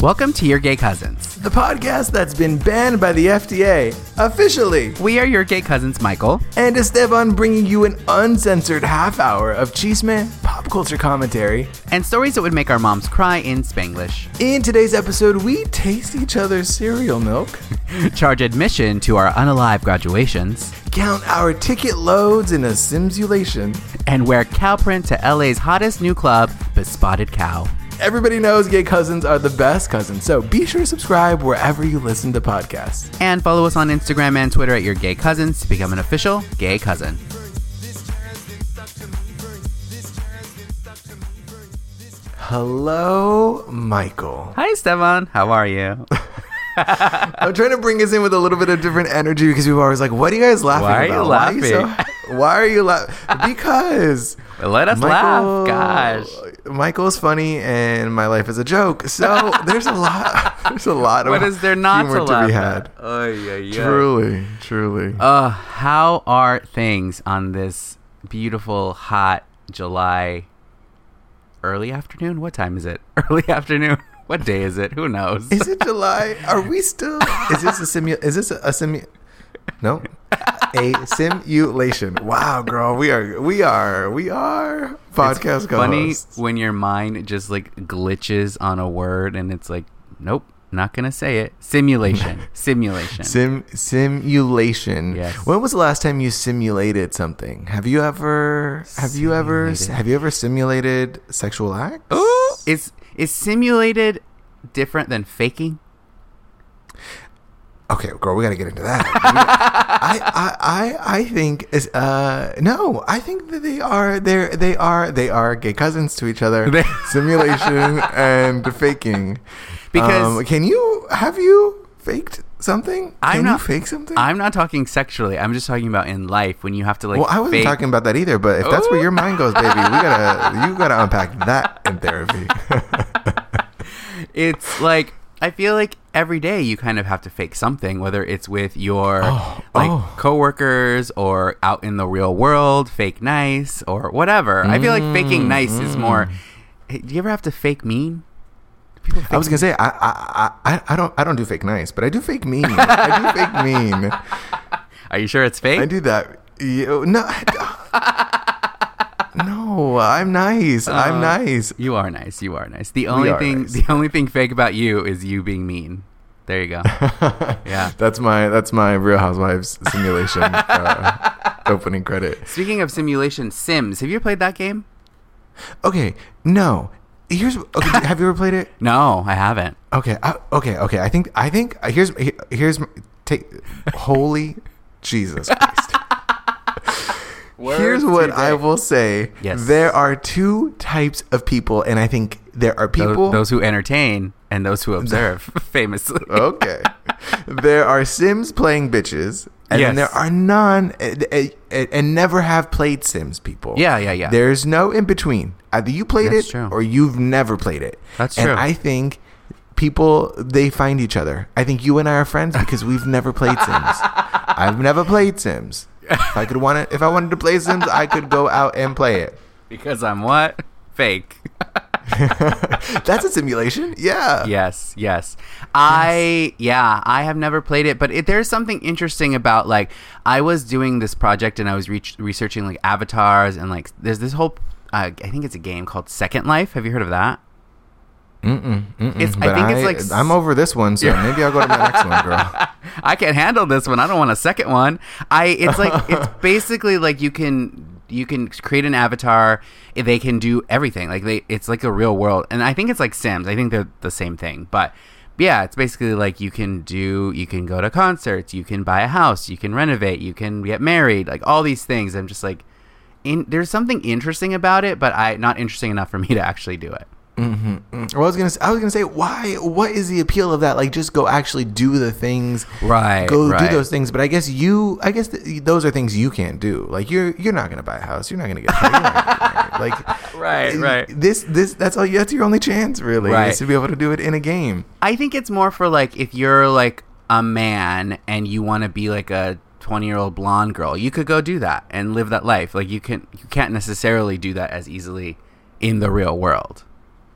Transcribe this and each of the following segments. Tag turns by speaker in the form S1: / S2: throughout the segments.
S1: Welcome to Your Gay Cousins.
S2: The podcast that's been banned by the FDA, officially.
S1: We are Your Gay Cousins, Michael.
S2: And Esteban bringing you an uncensored half hour of Cheeseman pop culture commentary.
S1: And stories that would make our moms cry in Spanglish.
S2: In today's episode, we taste each other's cereal milk,
S1: Charge admission to our unalive graduations.
S2: count our ticket loads in a simulation.
S1: And wear cow print to LA's hottest new club, Bespotted Cow.
S2: Everybody knows gay cousins are the best cousins, so be sure to subscribe wherever you listen to podcasts.
S1: And follow us on Instagram and Twitter at Your Gay Cousins to become an official gay cousin.
S2: Hello, Michael.
S1: Hi, Stefan. How are you?
S2: I'm trying to bring us in with a little bit of different energy because people are always like, "What are you guys laughing
S1: Why are
S2: about?
S1: you laughing?"
S2: so- why are you laughing? because
S1: Let us
S2: Michael-
S1: laugh. Gosh.
S2: Michael's funny and my life is a joke. So there's a lot. There's a lot of
S1: What is there not
S2: humor
S1: to laugh
S2: be
S1: at?
S2: had.
S1: Oh, yeah, yeah.
S2: Truly, truly.
S1: Uh, how are things on this beautiful, hot July early afternoon? What time is it? Early afternoon? What day is it? Who knows?
S2: is it July? Are we still? Is this a simu? Is this a, a simu? No, a simulation. Wow, girl, we are, we are, we are podcast
S1: Funny
S2: co-hosts.
S1: when your mind just like glitches on a word and it's like, nope, not gonna say it. Simulation. Simulation.
S2: Sim simulation.
S1: Yes.
S2: When was the last time you simulated something? Have you ever have you ever
S1: Simulated.
S2: have you ever simulated sexual acts?
S1: Ooh, is is simulated different than faking?
S2: Okay, girl, we got to get into that. I, I I I think is uh no, I think that they are they they are they are gay cousins to each other.
S1: They-
S2: Simulation and faking. Um,
S1: Because-
S2: can you have you faked something?
S1: I'm
S2: can
S1: not
S2: you fake something?
S1: I'm not talking sexually. I'm just talking about in life when you have to like.
S2: well, I wasn't
S1: fake-
S2: talking about that either. But if that's where your mind goes, baby, we gotta you gotta unpack that in therapy.
S1: it's like I feel like every day you kind of have to fake something, whether it's with your like
S2: oh.
S1: coworkers or out in the real world, fake nice or whatever. I feel like
S2: Mm,
S1: faking nice is more. Hey, do you ever have to fake mean? People fake
S2: I was gonna say I, I I I don't I don't do fake nice, but I do fake mean. I do fake mean.
S1: Are you sure it's fake?
S2: I do that. You, no, I- no, I'm nice.
S1: Uh.
S2: I'm nice.
S1: You are nice. You are nice. The only
S2: are
S1: thing,
S2: nice.
S1: the only thing fake about you is you being mean. There you go. yeah.
S2: That's my that's my Real Housewives simulation uh, opening credit.
S1: Speaking of simulation sims, have you played that game?
S2: Okay, no. Here's okay, have you ever played it?
S1: No, I haven't.
S2: Okay, I, okay, okay. I think I think uh, here's he- here's my- take holy Jesus Christ. Here's what I will say.
S1: Yes.
S2: There are two types of people and I think there are
S1: Tho-
S2: people
S1: those who entertain and those who observe, famously.
S2: Okay. there are Sims playing bitches and then
S1: Yes.
S2: there are non and, and- and never have played Sims people.
S1: Yeah, yeah, yeah.
S2: There's no in between. Either you played
S1: That's
S2: it
S1: true.
S2: or you've never played it.
S1: That's
S2: and
S1: true.
S2: I think people they find each other. I think you and I are friends because we've never played Sims. I've never played Sims. If I could want it, if I wanted to play Sims, I could go out and play it.
S1: because I'm what? Fake.
S2: That's a simulation. Yeah.
S1: yes, yes. I yeah, I have never played it, but it, there's something interesting about like I was doing this project and I was reach researching like avatars and like there's this whole uh, I think it's a game called Second Life. Have you heard of that? Mm-mm, It's, I
S2: But
S1: think it's like s-
S2: I'm over this one, so maybe I'll go to my next one, girl.
S1: I can't handle this one. I don't want a second one. I it's like it's basically like you can you can create an avatar. They can do everything. Like they it's like a real world. And I think it's like Sims. I think they're the same thing. But yeah, it's basically like you can do you can go to concerts, you can buy a house, you can renovate, you can get married, like all these things. I'm just like in, there's something interesting about it, but I not interesting enough for me to actually do it.
S2: Well, I was gonna, I was gonna say, why? What is the appeal of that? Like, just go actually do the things,
S1: Right,
S2: Go
S1: right.
S2: do those things. But I guess you, I guess th- those are things you can't do. Like, you're, you're not gonna buy a house. You're not gonna get, you're not gonna get married. like,
S1: Right,
S2: th-
S1: right.
S2: This, this, that's all. That's your only chance, really,
S1: Right.
S2: is to be able to do it in a game.
S1: I think it's more for like if you're like a man and you want to be like a 20 year old blonde girl, you could go do that and live that life. Like you can you can't necessarily do that as easily in the real world.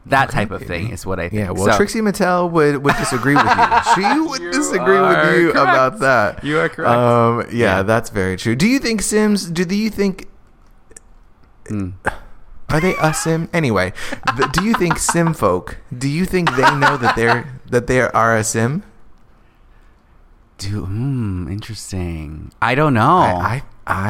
S1: That type of thing is what I think.
S2: Yeah, well,
S1: So-
S2: Trixie Mattel would, would disagree with you. She would
S1: You
S2: disagree
S1: are
S2: with you
S1: correct.
S2: about that.
S1: You are correct.
S2: Um, yeah, that's very true. Do you think Sims? Do, do you think?
S1: Mm.
S2: Are they a Sim? Anyway, th- do you think Sim folk? Do you think they know that they're that they are a Sim?
S1: Do, mm, interesting. I don't know.
S2: I, I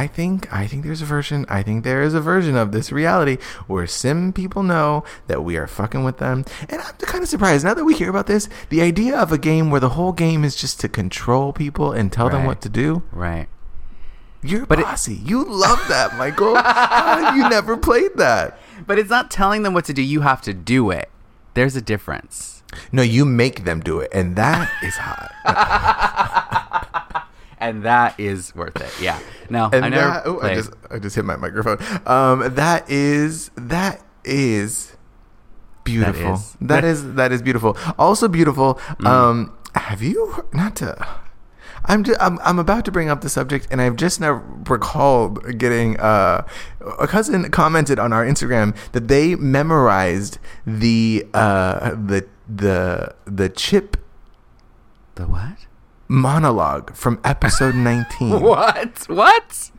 S2: I think I think there's a version. I think there is a version of this reality where sim people know that we are fucking with them. And I'm kind of surprised now that we hear about this. The idea of a game where the whole game is just to control people and tell them
S1: Right.
S2: what to do.
S1: right.
S2: You're
S1: But it-
S2: bossy. you love that, Michael. How have you never played that?
S1: But it's not telling them what to do. You have to do it. There's a difference.
S2: No, you make them do it, and that is hot.
S1: And that is worth it. Yeah. No,
S2: And
S1: I never
S2: that, oh, I
S1: played.
S2: just I just hit my microphone. Um, that is that is beautiful. That
S1: is. Mm.
S2: is that is, beautiful. Also beautiful. Um, have you not to? I'm, just, I'm I'm about to bring up the subject, and I've just now recalled getting uh, a cousin commented on our Instagram that they memorized the uh, the the the chip
S1: the what?
S2: monologue from episode
S1: Mm.
S2: 19.
S1: What? What?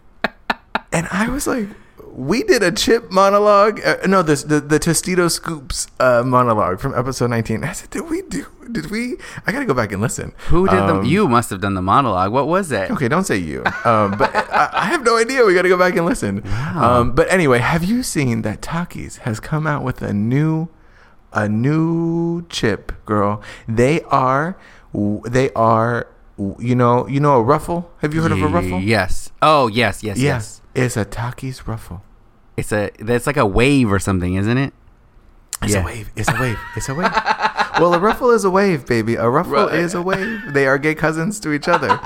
S2: And I was like, we did a chip monologue. Uh, no, this the the Tostito Scoops uh, monologue from episode 19. I said, did we do? Did we? I gotta go back and listen.
S1: Who did
S2: Um,
S1: the? You must have done the monologue. What was it?
S2: Okay, don't say you. Um, but I, I have no idea. We gotta go back and listen. Um, but anyway, have you seen that Takis has come out with a new a new chip, girl? They are they are you know you know a ruffle. Have you heard of a ruffle?
S1: Yes. Oh, yes, yes, yes.
S2: Yes, it's a Takis ruffle.
S1: It's a. That's like a wave or something, isn't it?
S2: It's
S1: Yeah.
S2: a wave. It's a wave. It's a wave. well, a ruffle is a wave, baby. A ruffle
S1: Right.
S2: is a wave. They are gay cousins to each other.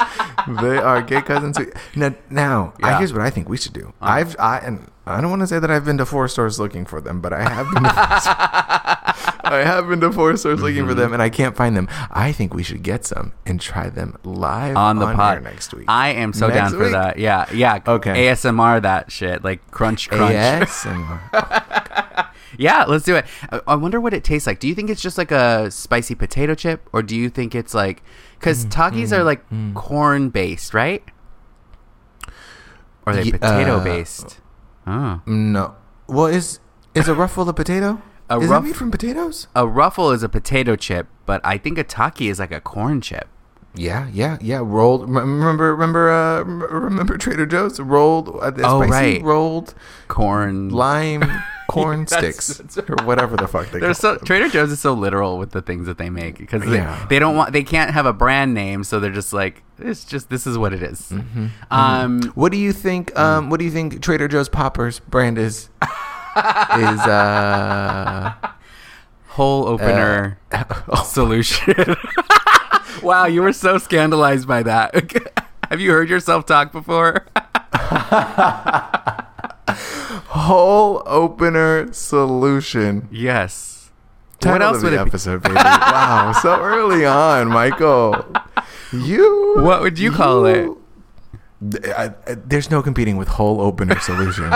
S2: they are gay cousins. To... e-, Now, now
S1: Yeah. Uh-huh.
S2: I, here's what I think we should do. I've I and I don't want to say that I've been to four stores looking for them, but I have been. To four stores. I have been to four stores looking for
S1: Mm-hmm.
S2: them, and I can't find them. I think we should get some and try them live
S1: On the pod
S2: air next week.
S1: I am so
S2: Next
S1: down for
S2: week?
S1: that. Yeah, yeah.
S2: Okay.
S1: ASMR that shit, like crunch, crunch.
S2: ASMR.
S1: Yeah, let's do it. I- I wonder what it tastes like. Do you think it's just like a spicy potato chip, or do you think it's like because
S2: Mm,
S1: Takis are like corn based, right? Or are they
S2: Ye-
S1: potato
S2: uh,
S1: based? Oh.
S2: no. Well, is is a ruffle a potato?
S1: A
S2: is
S1: ruff-
S2: it made from potatoes?
S1: A ruffle is a potato chip, but I think a taki is like a corn chip.
S2: Yeah, yeah, yeah. Rolled. rem- Remember, remember, uh, rem- remember Trader Joe's rolled. Uh, the
S1: Oh,
S2: spicy
S1: right.
S2: rolled
S1: Corn.
S2: lime corn
S1: That's-
S2: sticks or whatever the fuck they.
S1: They're
S2: call
S1: so
S2: them.
S1: Trader Joe's is so literal with the things that they make because they,
S2: Yeah.
S1: they don't want they can't have a brand name, so they're just like it's just this is what it is.
S2: Mm-hmm.
S1: Um,
S2: What do you think? Um, what do you think Trader Joe's poppers brand is? is uh,
S1: hole opener
S2: oh.
S1: solution. wow, you were so scandalized by that. Have you heard yourself talk before?
S2: hole opener solution.
S1: yes.
S2: Title
S1: else
S2: of
S1: would
S2: the
S1: it be?
S2: episode, baby? wow, so early on, Michael. You.
S1: What would you call it?
S2: it? I, I, there's no competing with hole opener solution.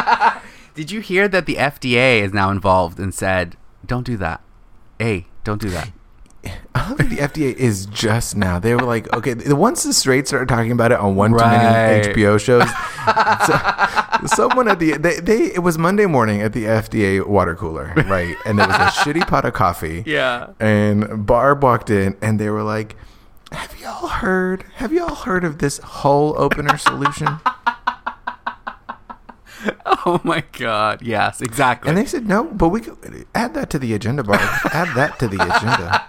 S1: Did you hear that the FDA is now involved and said, "Don't do that." Hey, don't do that.
S2: I love that the FDA is just now. They were like, okay, th- once the straight started talking about it on one too many
S1: Right.
S2: HBO shows, so, someone at the they, they it was Monday morning at the FDA water cooler, right? And there was a shitty pot of coffee.
S1: Yeah.
S2: And Barb walked in, and they were like, "Have y'all heard? Have y'all heard of this hole opener solution?"
S1: Oh my god. Yes, exactly.
S2: And they said, "No, but we could add that to the agenda, Barb. Add that to the agenda.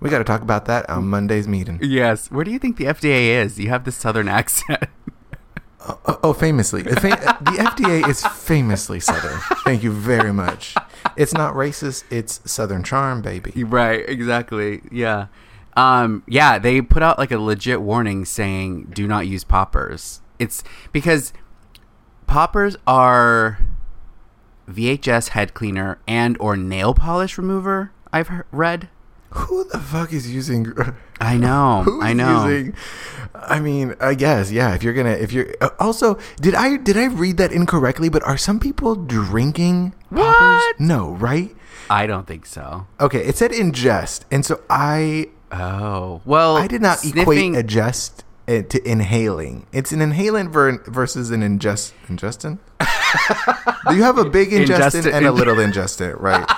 S2: We got to talk about that on Monday's meeting."
S1: yes. Where do you think the FDA is? You have this southern accent.
S2: Oh, oh, famously. The fa- the FDA is famously Southern. Thank you very much. It's not racist, it's Southern charm, baby.
S1: Right, exactly. Yeah. Um, yeah, they put out like a legit warning saying do not use poppers. It's because poppers are VHS head cleaner and or nail polish remover, I've he- read.
S2: Who the fuck is using?
S1: I know.
S2: Who's
S1: I know.
S2: Using, I mean, I guess yeah. If you're gonna, if you're uh, also, did I did I read that incorrectly? But are some people drinking poppers?
S1: What?
S2: No, right?
S1: I don't think so.
S2: Okay, it said ingest, and so I
S1: Oh well,
S2: I did not
S1: sniffing-
S2: equate ingest uh, to inhaling. It's an inhalant ver- versus an ingest ingestant. Do you have a big ingestant
S1: Ingestant-
S2: and a little ingestant, right?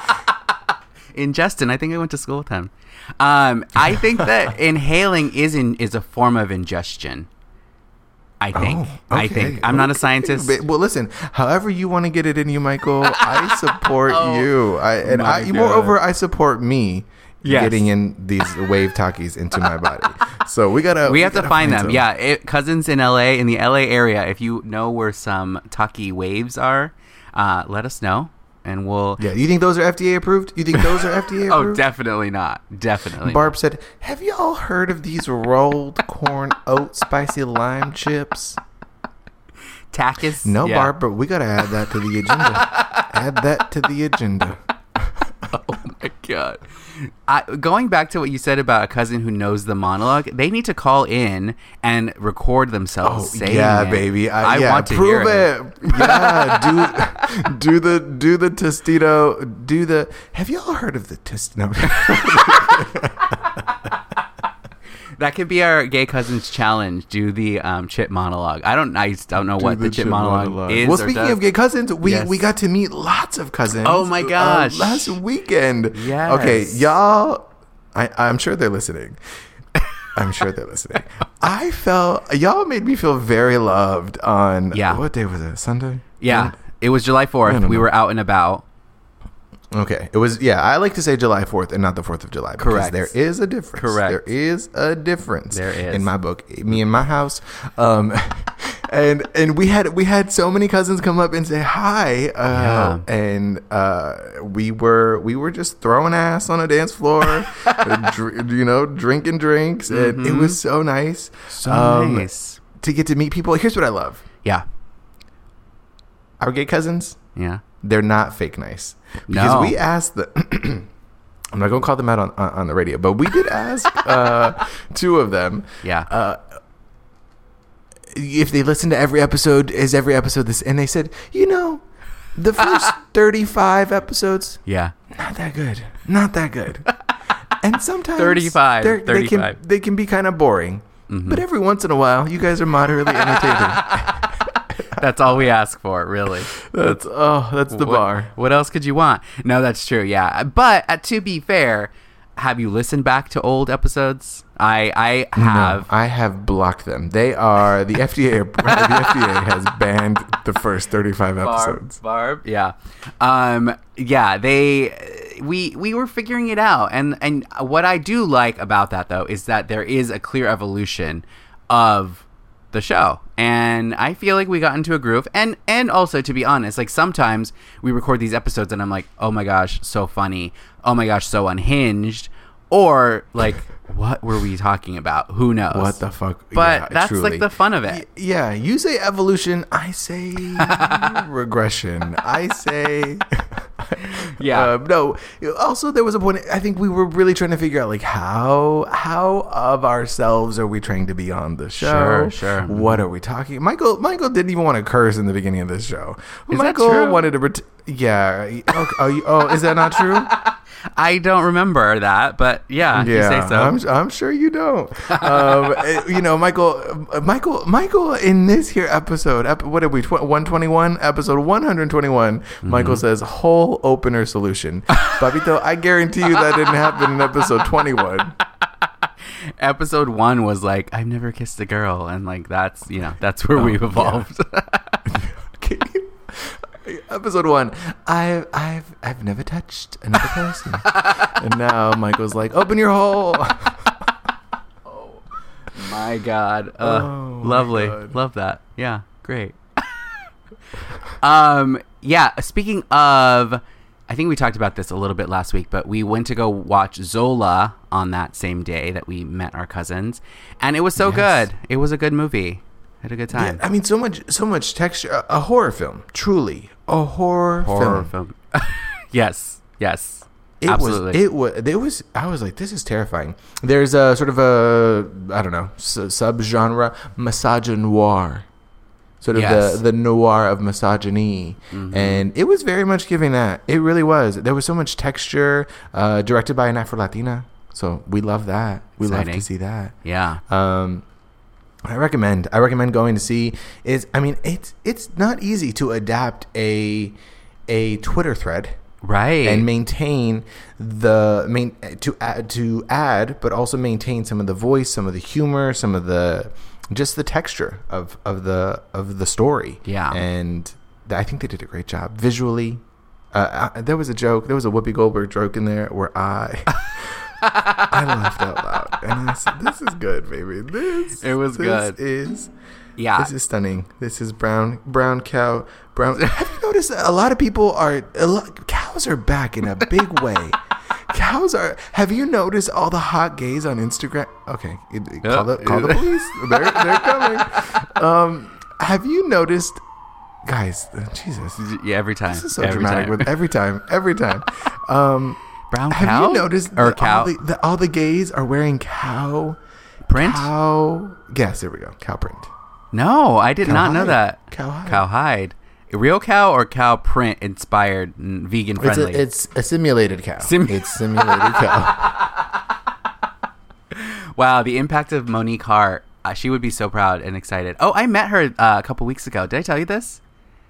S1: in Justin. I think I went to school with him. Um, I think that inhaling is in, is a form of ingestion. I think.
S2: Oh,
S1: I
S2: okay,
S1: think. I'm not a
S2: okay.
S1: scientist.
S2: But- well, listen. However you want to get it in you, Michael, I support you. I and
S1: Oh, my
S2: I,
S1: God.
S2: moreover, I support me
S1: Yes.
S2: getting in these wave talkies into my body. So we gotta.
S1: we have to
S2: gotta
S1: find them.
S2: some.
S1: Yeah, it, cousins in LA in the LA area. If you know where some Taki waves are, uh, let us know, and we'll.
S2: Yeah. You think those are FDA approved? You think those are FDA
S1: Oh,
S2: approved?
S1: definitely not. Definitely.
S2: Barb said, "Have y'all heard of these rolled corn oat spicy lime chips?"
S1: not. Takis.
S2: No,
S1: Yeah.
S2: Barb, but we gotta add that to the agenda. add that to the agenda.
S1: Oh my god. I, going back to what you said about a cousin who knows the monologue, they need to call in and record themselves saying
S2: Oh, yeah,
S1: it.
S2: baby. I, yeah,
S1: want to
S2: prove
S1: hear it.
S2: Yeah, do do the do the testito. Do the. Have you all heard of the test? No.
S1: That could be our gay cousins challenge. Do the um, chip monologue. I don't. I don't know what the, chip, monologue, is.
S2: Well,
S1: or
S2: speaking
S1: does.
S2: of gay cousins, we
S1: Yes.
S2: we got to meet lots of cousins.
S1: Oh my
S2: uh,
S1: gosh.
S2: last weekend.
S1: Yes.
S2: Okay, y'all. I I'm sure they're listening. I'm sure they're listening. I felt y'all made me feel very loved on
S1: Yeah.
S2: what day was it? Sunday?
S1: yeah, it was July Fourth.
S2: No, no,
S1: We
S2: no.
S1: were out and about.
S2: Okay. It was yeah, I like to say July 4th and not the 4th of July because
S1: Correct.
S2: there is a difference.
S1: Correct.
S2: There is a difference.
S1: There is.
S2: In my book, me and my house. Um and and we had we had so many cousins come up and say hi uh, and uh we were we were just throwing ass on a dance floor uh, dr- you know drinking drinks and it was so nice
S1: Mm-hmm. So
S2: um,
S1: nice.
S2: to get to meet people here's what i love
S1: Yeah,
S2: our gay cousins
S1: yeah.
S2: they're not fake nice because
S1: No.
S2: we asked the i'm not gonna call them out on on on the radio but we did ask uh two of them
S1: Yeah.
S2: uh if they listen to every episode is every episode this and they said you know the first 35 episodes
S1: Yeah.
S2: not that good not that good and sometimes
S1: 35,
S2: they're- they can
S1: 35.
S2: they can be kind of boring
S1: Mm-hmm.
S2: but every once in a while you guys are moderately entertaining
S1: That's all we ask for, really.
S2: that's oh that's the
S1: What-
S2: bar
S1: What else could you want? No, that's true. Yeah, but uh, to be fair, have you listened back to old episodes? I I have.
S2: I have blocked them. They are the FDA. the FDA has banned the first thirty-five
S1: Barb,
S2: episodes.
S1: Barb, yeah, um, yeah. They, we, we were figuring it out, and and what I do like about that though is that there is a clear evolution of the show, and I feel like we got into a groove. And and also to be honest, like sometimes we record these episodes, and I'm like, oh my gosh, so funny, oh my gosh, so unhinged, or like, what were we talking about? Who knows?
S2: What the fuck?
S1: But
S2: Yeah,
S1: that's
S2: truly.
S1: like the fun of
S2: Y-
S1: it.
S2: yeah, you say evolution. I say regression. I say.
S1: Yeah.
S2: Um, no. Also, there was a point. I think we were really trying to figure out like how how of ourselves are we trying to be on the show?
S1: Sure, sure.
S2: What are we talking? Michael. Michael didn't even want to curse in the beginning of this show.
S1: that
S2: Michael
S1: true?
S2: wanted to. Ret- yeah. Okay, oh, you- oh, is that not true?
S1: I don't remember that, but yeah, if you say so.
S2: I'm, I'm sure you don't. Um, eh, you know, Michael, uh, Michael, Michael. In this here episode, ep- what are we? Tw- 121, episode 121.
S1: Mm-hmm.
S2: Michael says whole opener solution. Bobito, I guarantee you that didn't happen in episode 21.
S1: episode one was like i've never kissed a girl and like that's you know that's
S2: Oh,
S1: where we've evolved
S2: Can you- Episode one. I've I've I've never touched another person, and now Michael's like, open your hole.
S1: my god uh,
S2: Oh, my
S1: lovely
S2: God.
S1: love that yeah great um yeah speaking of i think we talked about this a little bit last week but we went to go watch zola on that same day that we met our cousins and it was so
S2: Yes.
S1: good it was a good movie had a good
S2: Yeah,
S1: time
S2: I mean, so much so much texture. A, a horror film, truly a horror,
S1: horror
S2: film.
S1: film yes yes
S2: It
S1: Absolutely.
S2: was. It was. It was. I was like, this is terrifying. There's a sort of a I don't know su- subgenre misogynoir, sort of
S1: Yes. Mm-hmm.
S2: the the noir of misogyny, and it was very much giving that. It really was. There was so much texture, uh, directed by an Afro Latina, so we love that. We love
S1: Exciting.
S2: to see that.
S1: yeah.
S2: Um, I recommend. I recommend going to see. Is I mean, it's it's not easy to adapt a a Twitter thread
S1: Right.
S2: and maintain the main to add to add but also maintain some of the voice some of the humor some of the just the texture of of the of the story
S1: Yeah.
S2: and th- i think they did a great job visually uh, I, there was a joke there was a whoopi goldberg joke in there where i i laughed out loud and i said this is good baby this
S1: It was
S2: this
S1: good.
S2: is
S1: yeah.
S2: this is stunning. This is brown brown cow brown. Have you noticed that a lot of people are a lot, cows are back in a big way. cows are. Have you noticed all the hot gays on Instagram? Okay, it- it- call the call the police. They're they're coming. Um, have you noticed, guys? uh, Jesus,
S1: yeah, every time.
S2: this is so
S1: every
S2: dramatic.
S1: time.
S2: With every time, every time. Um,
S1: Brown
S2: have
S1: cow?
S2: you noticed
S1: Or
S2: that
S1: cow.
S2: All the, that all the gays are wearing cow
S1: print?
S2: cow? Yes, there we go. Cow print.
S1: No, I did not know
S2: Cowhide.
S1: that.
S2: Cowhide.
S1: Cowhide. Real cow or cow print inspired and vegan friendly?
S2: It's a, it's a simulated cow.
S1: Sim-
S2: it's simulated cow.
S1: wow, the impact of Monique Hart. Uh, she would be so proud and excited. Oh, I met her uh, a couple weeks ago. Did I tell you this?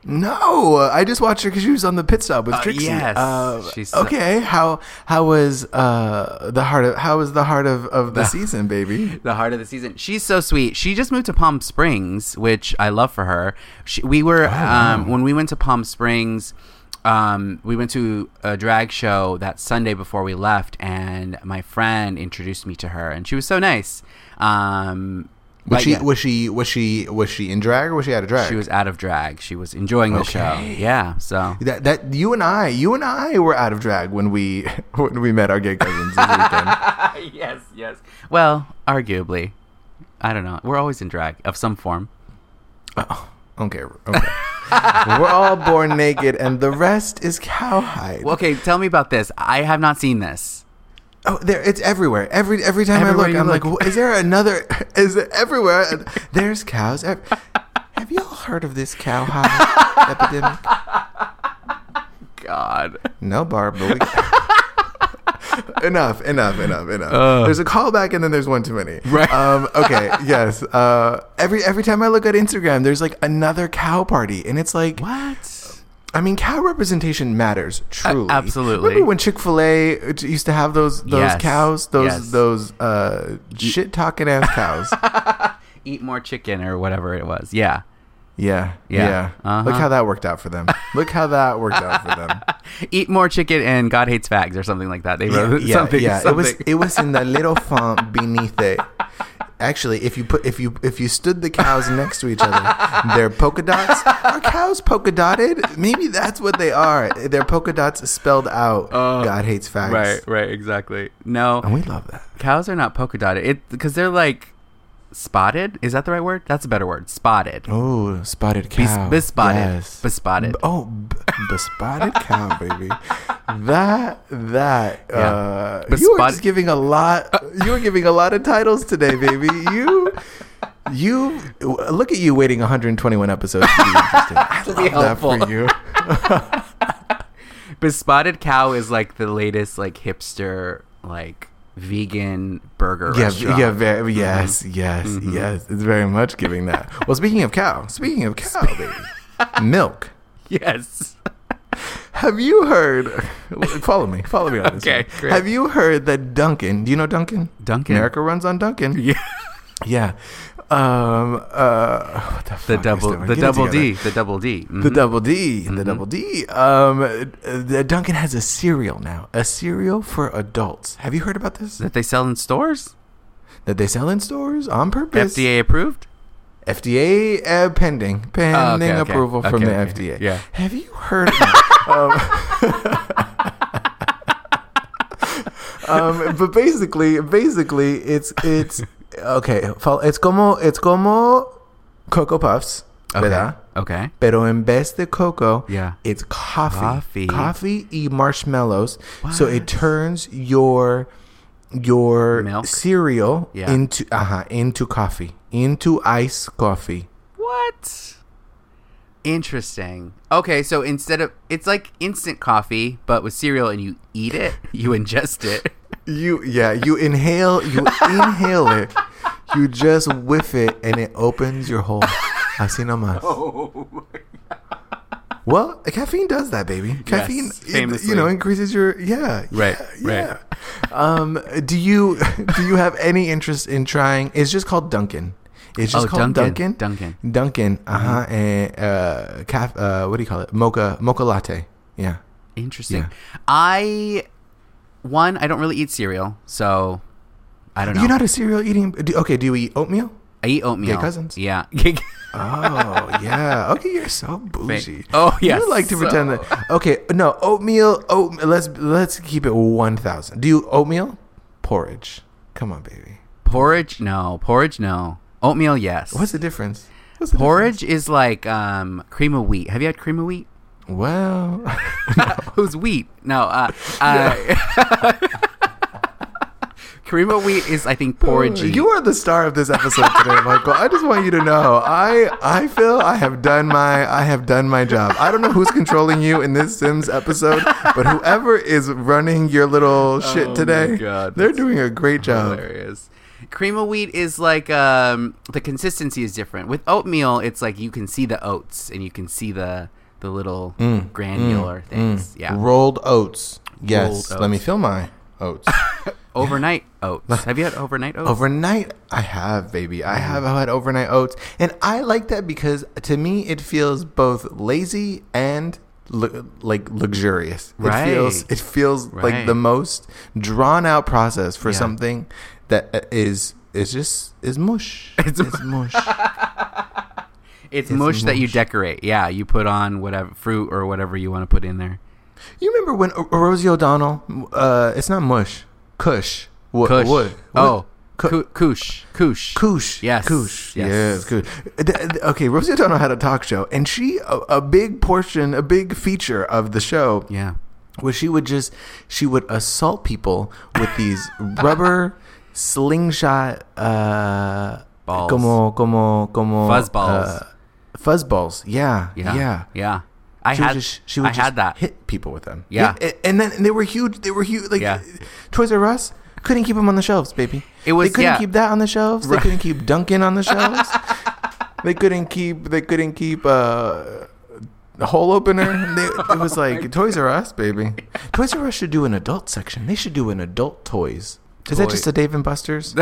S2: No, uh, I just watched her because she was on the pit stop with
S1: Uh,
S2: Trixie.
S1: yes.
S2: Uh,
S1: She's so-
S2: okay. How how was uh, the heart of how was the heart of, of the season, baby?
S1: The heart of the season. She's so sweet. She just moved to Palm Springs, which I love for her. She, we were um, when we went to Palm Springs. Um, we went to a drag show that Sunday before we left, and my friend introduced me to her, and she was so nice. Um,
S2: Was
S1: but
S2: she
S1: yeah.
S2: was she was she was she in drag or was she out of drag?
S1: She was out of drag. She was enjoying the show.
S2: Okay.
S1: Yeah. So
S2: That that you and I you and I were out of drag when we when we met our gay cousins this weekend.
S1: yes, yes. Well, arguably, I don't know. We're always in drag of some form.
S2: Oh, Okay. Okay. we're all born naked, and the rest is cowhide.
S1: Well, okay, tell me about this. I have not seen this.
S2: Oh, there! It's everywhere. Every every time
S1: Everywhere
S2: I look,
S1: you
S2: I'm like,
S1: look.
S2: "Wh- is there another? Is it everywhere? And There's cows. Ev- Have y'all heard of this cow high epidemic?
S1: God.
S2: No, Barb. But we- enough, enough, enough, enough.
S1: Ugh.
S2: there's a callback, and then there's one too many.
S1: Uh. Right.
S2: Um, okay. yes. Uh, every every time I look at Instagram, there's like another cow party, and it's like,
S1: What?
S2: I mean, cow representation matters truly.
S1: absolutely.
S2: Remember when Chick Fil A used to have those those
S1: Yes.
S2: cows, those
S1: Yes.
S2: those uh, shit talking ass cows?
S1: Eat more chicken or whatever it was. Yeah.
S2: yeah,
S1: Yeah.
S2: yeah.
S1: Uh-huh.
S2: Look how that worked out for them. Look how that worked out for them.
S1: Eat more chicken and God hates fags or something like that. They
S2: yeah,
S1: wrote
S2: yeah,
S1: something.
S2: yeah.
S1: something.
S2: It was it was in the little font beneath it. Actually, if you put if you if you stood the cows next to each other, they're polka dots. Are cows polka dotted? Maybe that's what they are. They're polka dots spelled out.
S1: Oh,
S2: God hates facts.
S1: right, right, exactly. No,
S2: And we love that.
S1: cows are not polka dotted. It because they're like spotted. Is that the right word? That's a better word. Spotted.
S2: Oh, spotted
S1: Be-
S2: cow.
S1: bespotted.
S2: Yes.
S1: Bespotted.
S2: B- oh, b- bespotted cow, baby. That that uh, you
S1: Bespot-
S2: are just giving a lot.
S1: Uh.
S2: You are giving a lot of titles today, baby. You you w- look at you waiting 121 episodes to be interesting. I love
S1: be
S2: that
S1: helpful.
S2: for you.
S1: Bespotted Cow is like the latest like hipster like vegan burger
S2: Yeah,
S1: restaurant. Mm-hmm.
S2: yeah, very, yes, yes, yes. It's very much giving that. Well, speaking of cow, speaking of cow, baby, milk.
S1: Yes.
S2: Have you heard? Follow me. Follow me on this.
S1: Okay,
S2: one.
S1: great.
S2: Have you heard that Duncan? Do you know Duncan?
S1: Duncan.
S2: America runs on Duncan.
S1: Yeah.
S2: Yeah. Um. Uh. What the, fuck
S1: The
S2: is
S1: double
S2: that?
S1: the
S2: Get it
S1: double
S2: together.
S1: D. The double D. Mhm.
S2: The double D. The double D. Um. uh, the Duncan has a cereal now. A cereal for adults. Have you heard about this?
S1: that they sell in stores?
S2: That they sell in stores on purpose.
S1: FDA approved?
S2: FDA uh, pending, pending
S1: Oh, okay, okay.
S2: approval from
S1: Okay,
S2: the
S1: okay.
S2: FDA.
S1: Yeah.
S2: Have you heard? um, um, but basically, basically, it's it's okay. fol- It's como it's como Cocoa Puffs,
S1: Okay.
S2: ¿verdad?
S1: Okay.
S2: Pero en vez de cocoa,
S1: Yeah.
S2: it's coffee.
S1: Coffee.
S2: Coffee y marshmallows. So
S1: What?
S2: it turns your your
S1: Milk?
S2: cereal
S1: Yeah.
S2: into uh into coffee. Into iced coffee.
S1: What? Interesting. Okay, so instead of it's like instant coffee, but with cereal, and you eat it, you ingest it.
S2: You yeah, you inhale you inhale it. You just whiff it and it opens your whole así nomás.
S1: Oh my
S2: Well, caffeine does that, baby. Caffeine, it-
S1: famously.
S2: you know, increases your yeah,
S1: Right,
S2: yeah, yeah. Um, do you do you have any interest in trying? It's just called Dunkin'. It's just
S1: Oh,
S2: called
S1: Dunkin',
S2: Dunkin'.
S1: Dunkin'. Mm-hmm.
S2: Dunkin'. Uh huh. And uh, caf- uh, what do you call it? Mocha, mocha latte. Yeah.
S1: Interesting.
S2: Yeah.
S1: I one, I don't really eat cereal, so I don't know.
S2: You're not a cereal eating. Do, okay. Do you eat oatmeal?
S1: I eat oatmeal.
S2: Gay cousins?
S1: Yeah.
S2: Oh yeah. Okay, you're so bougie.
S1: Oh, yeah,
S2: You like to pretend
S1: so-
S2: that. Okay, no oatmeal. Oat. Let's let's keep it one thousand. Do you oatmeal porridge? Come on, baby.
S1: porridge? No. Porridge? No. Oatmeal? Yes.
S2: What's the difference? What's the
S1: porridge? Is like um, cream of wheat. Have you had cream of wheat?
S2: difference? Well,
S1: Who's wheat? No. Uh, uh, cream of wheat is, I think, porridge.
S2: you are the star of this episode today, Michael. I just want you to know. I I feel I have done my I have done my job. I don't know who's controlling you in this Sims episode, but whoever is running your little shit
S1: Oh my
S2: today,
S1: God,
S2: they're
S1: that's
S2: doing a great job.
S1: hilarious. Cream of wheat is like um, the consistency is different. With oatmeal, it's like you can see the oats and you can see the the little
S2: Mm,
S1: granular things. Yeah.
S2: Rolled oats. Yes.
S1: Mm. Rolled
S2: Let me
S1: oats.
S2: fill my oats.
S1: Overnight oats. Have you had overnight oats?
S2: overnight, I have, baby. I
S1: Mm.
S2: have had overnight oats. And I like that because to me, it feels both lazy and. lu- like luxurious,
S1: Right.
S2: it feels it feels like
S1: Right.
S2: the most drawn out process for
S1: Yeah.
S2: something that uh, is is just is mush.
S1: It's-
S2: it's mush.
S1: It's,
S2: It's
S1: mush, that you
S2: mush.
S1: decorate. Yeah, you put on whatever fruit or whatever you want to put in there.
S2: You remember when O- Rosie O'Donnell? Uh, it's not mush. Cush. What?
S1: Kush.
S2: What?
S1: Oh,
S2: Cu-
S1: Ku- Kush. Kush.
S2: Koosh.
S1: Yes.
S2: Koosh.
S1: Yes.
S2: Yes. Koosh. Uh, Th- th- Okay. Rosie O'Donnell had a talk show, and she a, a big portion, a big feature of the show
S1: Yeah.
S2: was she would just she would assault people with these rubber slingshot uh,
S1: Balls.
S2: como como como
S1: Fuzz balls.
S2: uh, fuzz balls. Yeah.
S1: Yeah.
S2: Yeah.
S1: Yeah. I
S2: She
S1: had.
S2: would just, she
S1: I
S2: would just
S1: had that.
S2: hit people with them.
S1: Yeah.
S2: a- and then and they were huge. They were huge. Like
S1: Yeah.
S2: Toys R Us couldn't keep them on the shelves, baby.
S1: It was-
S2: they couldn't
S1: yeah.
S2: keep that on the shelves.
S1: Right.
S2: They couldn't keep Dunkin' on the shelves. they couldn't keep. They couldn't keep. uh the hole opener. They, it was like Toys R Us, baby. Toys R Us should do an adult section. They should do an adult toys. Is that
S1: Toy-
S2: just a Dave and Buster's?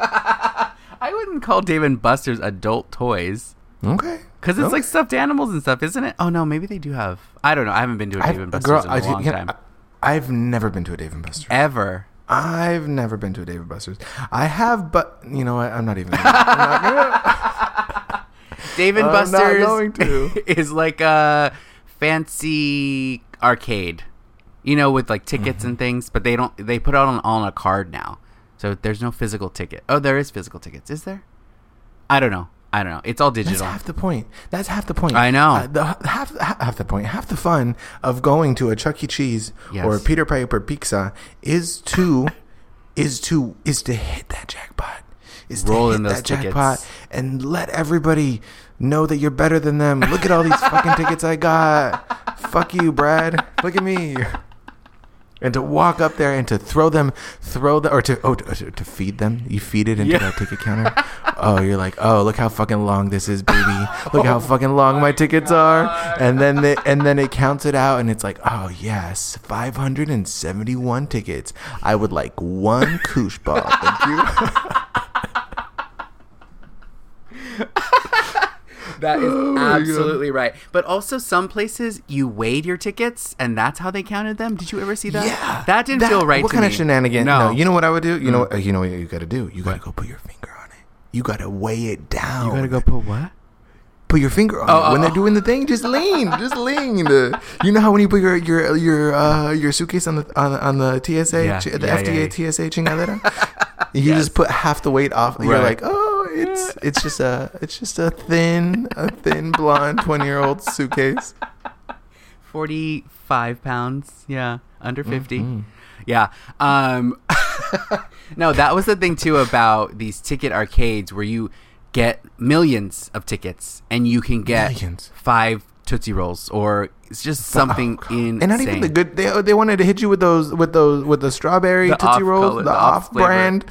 S1: I wouldn't call Dave and Buster's adult toys
S2: okay.
S1: because it's
S2: Nope.
S1: like stuffed animals and stuff, isn't it? Oh no, maybe they do have. I don't know. I haven't been to a Dave and
S2: I've,
S1: Buster's
S2: girl,
S1: in a
S2: I,
S1: long
S2: you know,
S1: time.
S2: I, I've never been to a Dave and Buster's.
S1: Ever.
S2: I've never been to a Dave and Buster's. I have, but you know what? I'm not even. I'm not gonna-
S1: Dave and
S2: I'm not going
S1: Buster's
S2: to.
S1: is like a fancy arcade, you know, with like tickets
S2: Mm-hmm.
S1: and things. But they don't. They put out on, on a card now, so there's no physical ticket. Oh, there is physical tickets. Is there? I don't know. I don't know. It's all
S2: That's
S1: digital.
S2: half the point. That's half the point.
S1: I know.
S2: Uh, the, half, half half the point. Half the fun of going to a Chuck E. Cheese
S1: Yes.
S2: or a Peter Piper pizza is to is to is to hit that jackpot. Is
S1: Roll
S2: to hit
S1: in those
S2: that jackpot
S1: tickets.
S2: and let everybody know that you're better than them. Look at all these fucking tickets I got. Fuck you, Brad. Look at me. and to walk up there and to throw them, throw them, or to oh, to, to feed them. You feed it into
S1: Yeah.
S2: that ticket counter. oh, you're like, oh, look how fucking long this is, baby. Look how fucking long my tickets are. And then they, and then it counts it out, and it's like, oh yes, five hundred and seventy-one tickets. I would like one koosh ball. Thank you.
S1: That is
S2: Oh my God.
S1: absolutely right. But also, some places you weighed your tickets, and that's how they counted them. Did you ever see that?
S2: Yeah,
S1: that didn't feel right.
S2: What
S1: to
S2: kind
S1: me.
S2: of shenanigan?
S1: No, Mm.
S2: No. you know what I would do. You know, what, uh, you know what you gotta do. You gotta go put your finger on it. You gotta weigh it down.
S1: put what?
S2: put your finger on
S1: Oh,
S2: it. When
S1: oh,
S2: they're
S1: oh.
S2: doing the thing, just lean, just lean. The- you know how when you put your your your uh, your suitcase on the on, the- on the TSA,
S1: Yeah,
S2: the
S1: yeah, yeah,
S2: FDA,
S1: yeah.
S2: TSA chingadera, you just put half the weight off. You're
S1: Right.
S2: like, oh, it's it's just a it's just a thin a thin blonde twenty year old suitcase.
S1: 45 pounds. Yeah.
S2: Mm-hmm.
S1: Under 50. Yeah. Um, no, that was the thing, too, about these ticket arcades where you get millions of tickets and you can get
S2: Millions.
S1: five Tootsie Rolls or it's just something in.
S2: And not even the good. They uh, they wanted to hit you with those with those with the strawberry
S1: The off
S2: tootsie rolls,
S1: color-
S2: the,
S1: the off
S2: off
S1: flavor.
S2: brand.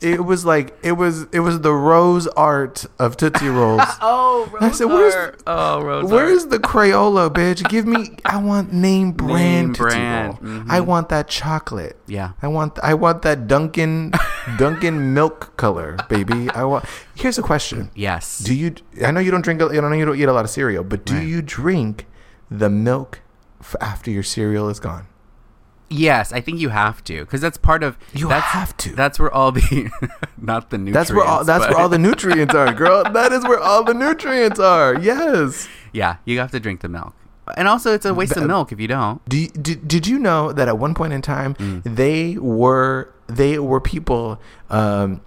S2: It was like it was it was the rose art of tootsie rolls.
S1: Oh, Rosar.
S2: I said, where's-
S1: oh, Rosar.
S2: Where's the Crayola, bitch? Give me. I want name brand.
S1: Name
S2: Tootsie Roll.
S1: brand, mhm.
S2: I want that chocolate.
S1: Yeah.
S2: I want. I want that Dunkin' Dunkin' milk color, baby. I want. Here's a question.
S1: Yes.
S2: Do you? I know you don't drink. a- I know you don't eat a lot of cereal, but do
S1: Right.
S2: you drink the milk f- after your cereal is gone?
S1: yes, I think you have to because that's part of.
S2: You
S1: that's,
S2: have to.
S1: That's where all the. not the nutrients.
S2: That's where all. That's
S1: but-
S2: where all the nutrients are, girl. That is where all the nutrients are. Yes.
S1: Yeah, you have to drink the milk. And also, it's a waste of
S2: That-
S1: milk if you don't.
S2: Do you, did, did you know that at one point in time
S1: Mm.
S2: they were they were people um,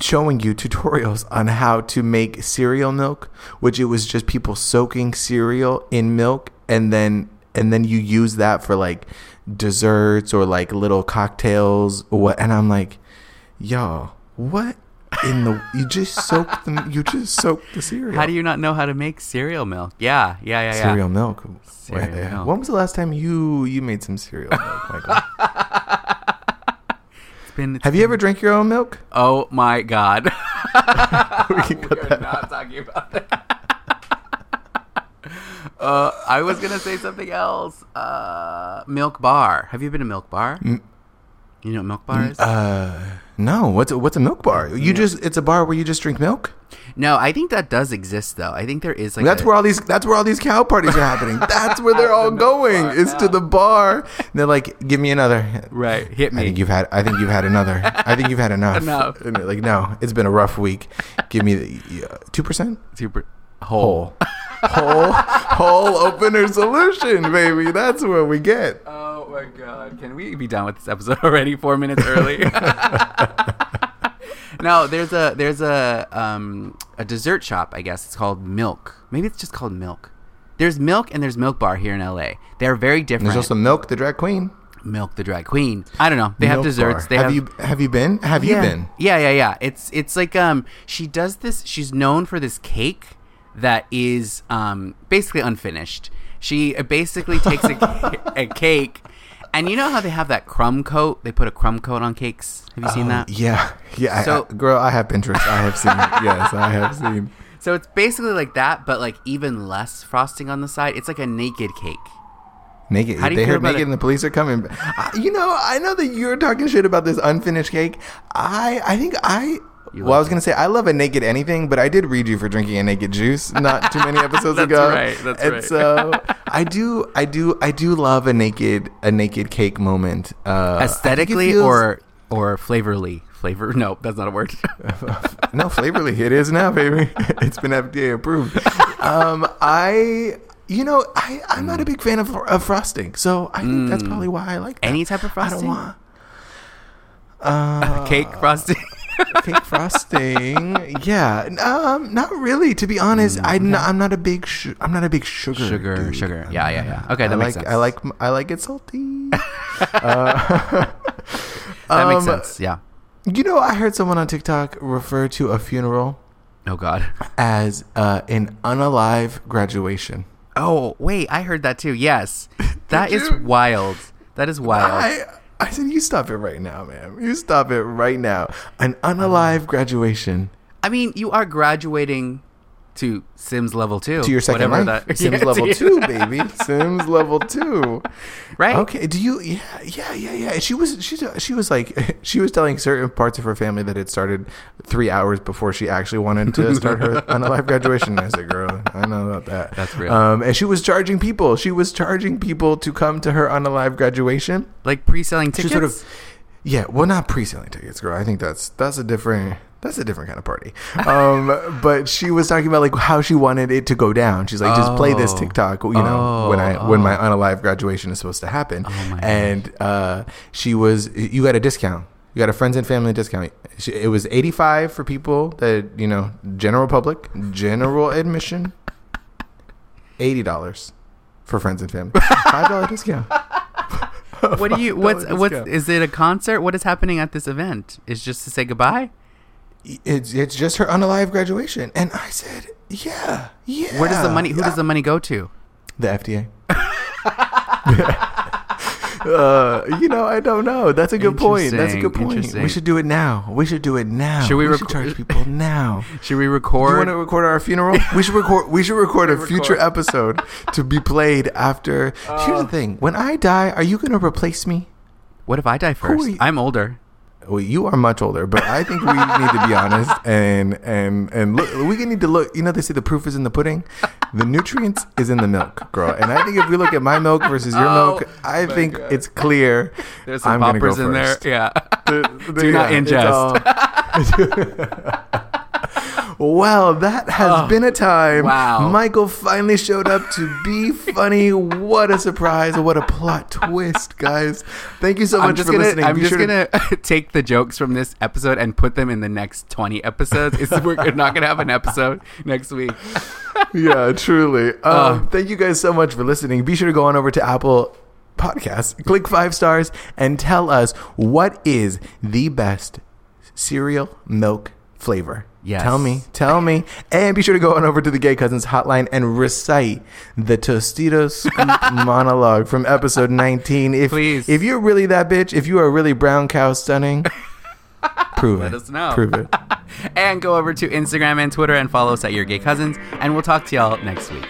S2: showing you tutorials on how to make cereal milk, which it was just people soaking cereal in milk and then and then you use that for like desserts or like little cocktails or what and I'm like, y'all, what in the you just soak the you just soak the cereal.
S1: How do you not know how to make cereal milk? Yeah, yeah, yeah, yeah.
S2: Cereal milk.
S1: Cereal
S2: Yeah.
S1: milk.
S2: When was the last time you you made some cereal milk, Michael?
S1: It's been, it's
S2: Have you
S1: been-
S2: ever drank your own milk?
S1: Oh my god.
S2: We can cut
S1: We're
S2: that
S1: not talking about that. uh, I was gonna say something else. Uh, milk bar. Have you been to Milk Bar? You know what Milk Bar is?
S2: Mm. Uh, no. What's a, what's a milk bar? You just it's a bar where you just drink milk.
S1: no, I think that does exist though. I think there is like
S2: That's
S1: a-
S2: where all these that's where all these cow parties are happening. That's where they're all going. Is to the bar. And they're like, give me another.
S1: Right, hit
S2: I
S1: me.
S2: think you've had. I think you've had another. I think you've had enough.
S1: Enough.
S2: And they're like, no, it's been a rough week. Give me two percent
S1: Super
S2: whole, whole, whole opener solution, baby. That's what we get.
S1: Oh my god! Can we be done with this episode already? Four minutes early. no, there's a there's a um a dessert shop. I guess it's called Milk. Maybe it's just called Milk. There's Milk and there's Milk Bar here in LA. They're very different.
S2: There's also milk, the drag queen.
S1: Milk the drag queen. I don't know. They have
S2: Milk
S1: desserts.
S2: bar.
S1: They
S2: have,
S1: have,
S2: you have you been? Have
S1: yeah.
S2: you been?
S1: Yeah, yeah, yeah. It's it's like um she does this. She's known for this cake that is um basically unfinished. She uh, basically takes a, ca- a cake, and you know how they have that crumb coat. They put a crumb coat on cakes. Have
S2: Oh,
S1: you seen that?
S2: Yeah, yeah. I-
S1: So-
S2: I, girl, I have Pinterest. I have seen. yes, I have seen.
S1: So it's basically like that, but like even less frosting on the side. It's like a naked cake.
S2: Uh, Naked.
S1: How do you
S2: they
S1: feel
S2: heard
S1: about
S2: naked,
S1: it?
S2: and the police are coming. I, you know, I know that you're talking shit about this unfinished cake. I, I think I.
S1: You
S2: well, I
S1: love
S2: was gonna say I love a naked anything, but I did read you for drinking a naked juice not too many episodes
S1: That's
S2: ago.
S1: right, that's
S2: and
S1: right.
S2: so I do, I do, I do love a naked, a naked cake moment. Uh, I think it
S1: Aesthetically
S2: feels-
S1: or or flavorly. Flavor? No, that's not a word.
S2: no, Flavorly, it is now, baby. It's been FDA approved. Um, I, you know, I, I'm not a big fan of, of frosting, so I think that's probably why I like that.
S1: Mm. Any type of frosting?
S2: I don't want uh,
S1: cake frosting.
S2: cake frosting. Yeah, um, not really. To be honest, I, am not a big, su- I'm not a big sugar,
S1: Mm, Sugar,
S2: dude.
S1: sugar.
S2: I'm
S1: Yeah,
S2: not-
S1: yeah, yeah. Okay, that
S2: I
S1: makes
S2: like,
S1: sense.
S2: I like, m- I like it salty. Uh,
S1: That makes
S2: Um,
S1: sense. Yeah.
S2: You know, I heard someone on TikTok refer to a funeral
S1: Oh God.
S2: as uh, an unalive graduation.
S1: Oh wait, I heard that too. Yes, that is
S2: you?
S1: wild. That is wild.
S2: I I said, you stop it right now, ma'am. You stop it right now. An unalive graduation
S1: I mean, you are graduating to Sims level two.
S2: to your second
S1: whatever
S2: life.
S1: that-
S2: Sims
S1: Yeah,
S2: level
S1: to-
S2: two, baby. Sims level two.
S1: Right.
S2: Okay. Do you? Yeah. Yeah. Yeah. Yeah. She was. She. She was like. She was telling certain parts of her family that it started three hours before she actually wanted to start her unalive graduation. I said, girl, I know about that.
S1: That's real.
S2: Um, and she was charging people. She was charging people to come to her unalive graduation.
S1: Like pre-selling
S2: She
S1: tickets.
S2: sort of, yeah. Well, not pre-selling tickets, girl. I think that's that's a different that's a different kind of party. Um, but she was talking about like how she wanted it to go down. She's like, just play this
S1: Oh.
S2: TikTok, you know, when I
S1: Oh,
S2: when my
S1: oh.
S2: unalive graduation is supposed to happen.
S1: my
S2: and uh, she was, you got a discount. You got a friends and family discount. She- It was eighty five for people that you know, general public, general admission. Eighty dollars for friends and family. Five dollar discount.
S1: What do you? What's
S2: Dollar
S1: what's?
S2: discount.
S1: Is it a concert? What is happening at this event? Is just to say goodbye?
S2: It's it's just her unalive graduation, and I said, yeah, yeah.
S1: Where does the money? Who does the money go to?
S2: The FDA. uh, you know, I don't know. That's a good point. That's a good
S1: Interesting,
S2: point.
S1: interesting.
S2: We should do it now. We should do it now.
S1: Should we
S2: should
S1: record-
S2: charge people now?
S1: Should we
S2: Do you
S1: record?
S2: want to record our funeral? We should record. We should record a future episode to be played after.
S1: Uh,
S2: Here's the thing: when I die, are you going to replace me?
S1: what if I die first?
S2: you-
S1: I'm older.
S2: Well, you are much older, but I think we need to be honest and and and look. We need to look. You know, they say the proof is in the pudding. The nutrients is in the milk, girl. And I think if we look at my milk versus your
S1: Oh,
S2: milk, I think it's clear.
S1: There's some
S2: gonna
S1: poppers in
S2: first.
S1: there. Yeah.
S2: The- the-
S1: Do not
S2: it's
S1: ingest.
S2: all- well, that has been a time.
S1: wow.
S2: Michael finally showed up to be funny. What a surprise. What a plot twist, guys. Thank you so much
S1: I'm just
S2: for
S1: gonna
S2: listening.
S1: I'm
S2: Be
S1: just
S2: sure to-
S1: gonna take the jokes from this episode and put them in the next 20 episodes. It's, we're not gonna have an episode next week.
S2: yeah, truly. Um, thank you guys so much for listening. Be sure to go on over to Apple Podcasts, click five stars, and tell us what is the best cereal milk flavor.
S1: Yes.
S2: Tell me, tell me. And be sure to go on over to the Gay Cousins hotline and recite the Tostitos Scoop monologue from episode 19. If,
S1: Please.
S2: If you're really that bitch, if you are really brown cow stunning, prove it.
S1: Let us know.
S2: Prove it.
S1: And go over to Instagram and Twitter and follow us at Your Gay Cousins. And we'll talk to y'all next week.